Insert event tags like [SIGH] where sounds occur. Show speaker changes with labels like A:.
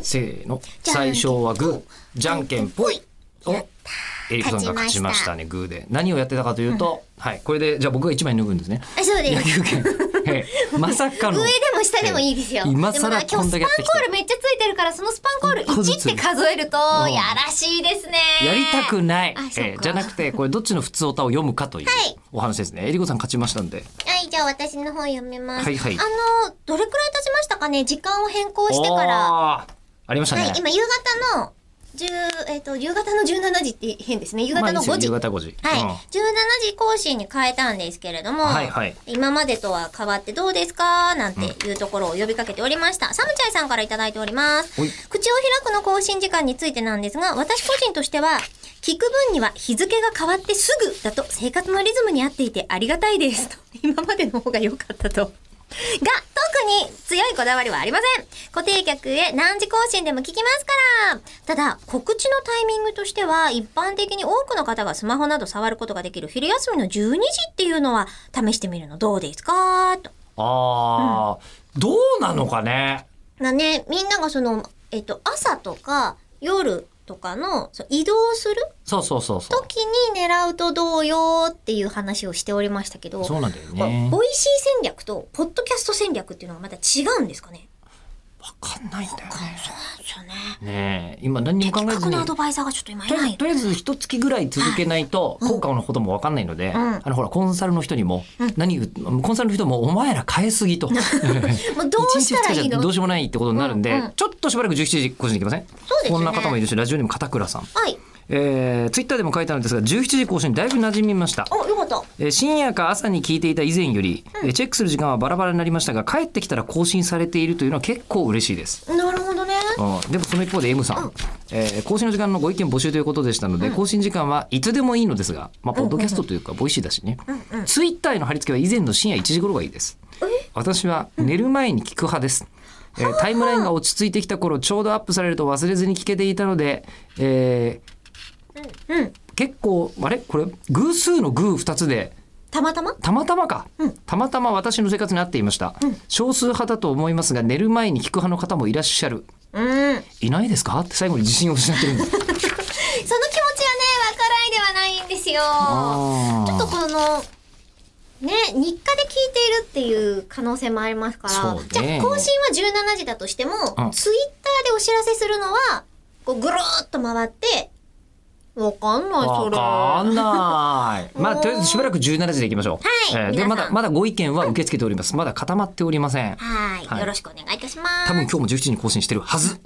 A: せーの。
B: じゃんけん
A: 最初はグー、じゃんけんぽい。おエリコさんが勝ちましたね、グーで。何をやってたかというと、はい、これで、じゃあ僕が一枚脱ぐんですね。 [LAUGHS]
B: あそうで
A: 野球
B: す
A: 拳。ええまさか
B: 上
A: の。
B: でも下でもいいですよ
A: ええ今
B: でもな
A: 更
B: 今
A: こ
B: 日
A: ん
B: ス
A: だ
B: パン
A: け
B: コ
A: やってきた
B: ー。ルめっちゃついてるからそのスパンコール
A: 一個ず
B: 1
A: つ
B: って数えると
A: ん
B: やらしいですね
A: やりたくない
B: あそう。か
A: ええじゃなくて、これどっちの普通歌を読むかという
B: はい
A: お話ですね。エリコさん勝ちましたんで。
B: はい、じゃあ私の方読みます。
A: はいはい
B: あの、どれくらい経ちましたかね時間を変更してから。は
A: あーありましたね
B: い、。今夕方の、十えっ、と、夕方の17時って変ですね。夕
A: まあ
B: 方
A: いい
B: の
A: ですよ
B: 5時。
A: 夕方5時。
B: はい、
A: うん
B: 17時更新に変えたんですけれども、
A: はいはい
B: 今までとは変わってどうですかなんていうところを呼びかけておりました。サムチャイさんからいただいております。
A: おい
B: 口を開くの更新時間についてなんですが、私個人としては、聞く分には日付が変わってすぐだと生活のリズムに合っていてありがたいですと。今までの方が良かったと。が、特に強いこだわりはありません。固定客へ何時更新でも聞きますから。ただ、告知のタイミングとしては、一般的に多くの方がスマホなど触ることができる昼休みの12時っていうのは、試してみるのどうですかと。
A: ああ、どうなのかね。
B: なね、みんながその、えっと、朝とか夜とかのそう移動する
A: そうそうそうそう。
B: 時に狙うとどうよっていう話をしておりましたけど、
A: そうなんだよ
B: これ
A: ね。
B: ボイシー戦略とポッドキャスト戦略っていうのがまた違うんですかね
A: わかんないんだよね。
B: そうなんですよね。
A: ねえ、今何にも考え
B: 的
A: ず
B: 確
A: に
B: なア。ドバイザーがちょっと今い
A: とりあえ
B: な
A: ず
B: い。
A: とりあえず一月ぐらい続けないと効果のこともわかんないので、あのほらコンサルの人にも、何言うコンサルの人もお前ら変えす
B: [LAUGHS]
A: ぎと一
B: もうどう
A: 日
B: し
A: 二
B: たら
A: 日
B: い
A: [LAUGHS]
B: い
A: じゃ
B: の
A: どうしようもないってことになるんで、
B: うんうん
A: ちょっとしばらく17時個人でいきません
B: すね
A: こんな方もいるしラジオにも片倉さん、
B: はい。
A: えー、ツイッターでも書いたのですが17時更新だいぶ馴染みました
B: お、よかった。
A: えー深夜か朝に聞いていた以前より、えーチェックする時間はバラバラになりましたが帰ってきたら更新されているというのは結構嬉しいです。
B: なるほどね。
A: うんでもその一方で M さん、えー更新の時間のご意見募集ということでしたので、更新時間はいつでもいいのですが、まあ、ポッドキャストというかボイシーだしね、ツイッターへの貼り付けは以前の深夜1時頃がいいです私は寝る前に聞く派です、えータイムラインが落ち着いてきた頃ちょうどアップされると忘れずに聞けていたので、えー
B: うん
A: 結構あれこれ偶数の偶2つで
B: たまたま
A: たまたまか、たまたま私の生活に合っていました、少数派だと思いますが寝る前に聞く派の方もいらっしゃる
B: うん。その気持
A: いないですかって最後に自信を失ってるんです。
B: ちはね、わからいではないんですよ。
A: あー
B: ちょっとこの、ね、日課で聞いているっていう可能性もありますから、
A: そうね
B: じゃあ更新は17時だとしても、
A: うん
B: ツイッターでお知らせするのは、こうぐるーっと回って、わかんない、そ
A: わ
B: れ。
A: かんない。まあ、とりあえずしばらく17時でいきましょう。
B: は
A: え
B: い
A: ーで、
B: 皆さん
A: まだ、まだご意見は受け付けております。まだ固まっておりません。
B: はい
A: はい
B: よろしくお願いいたします。
A: 多分今日も17時に更新してるはず。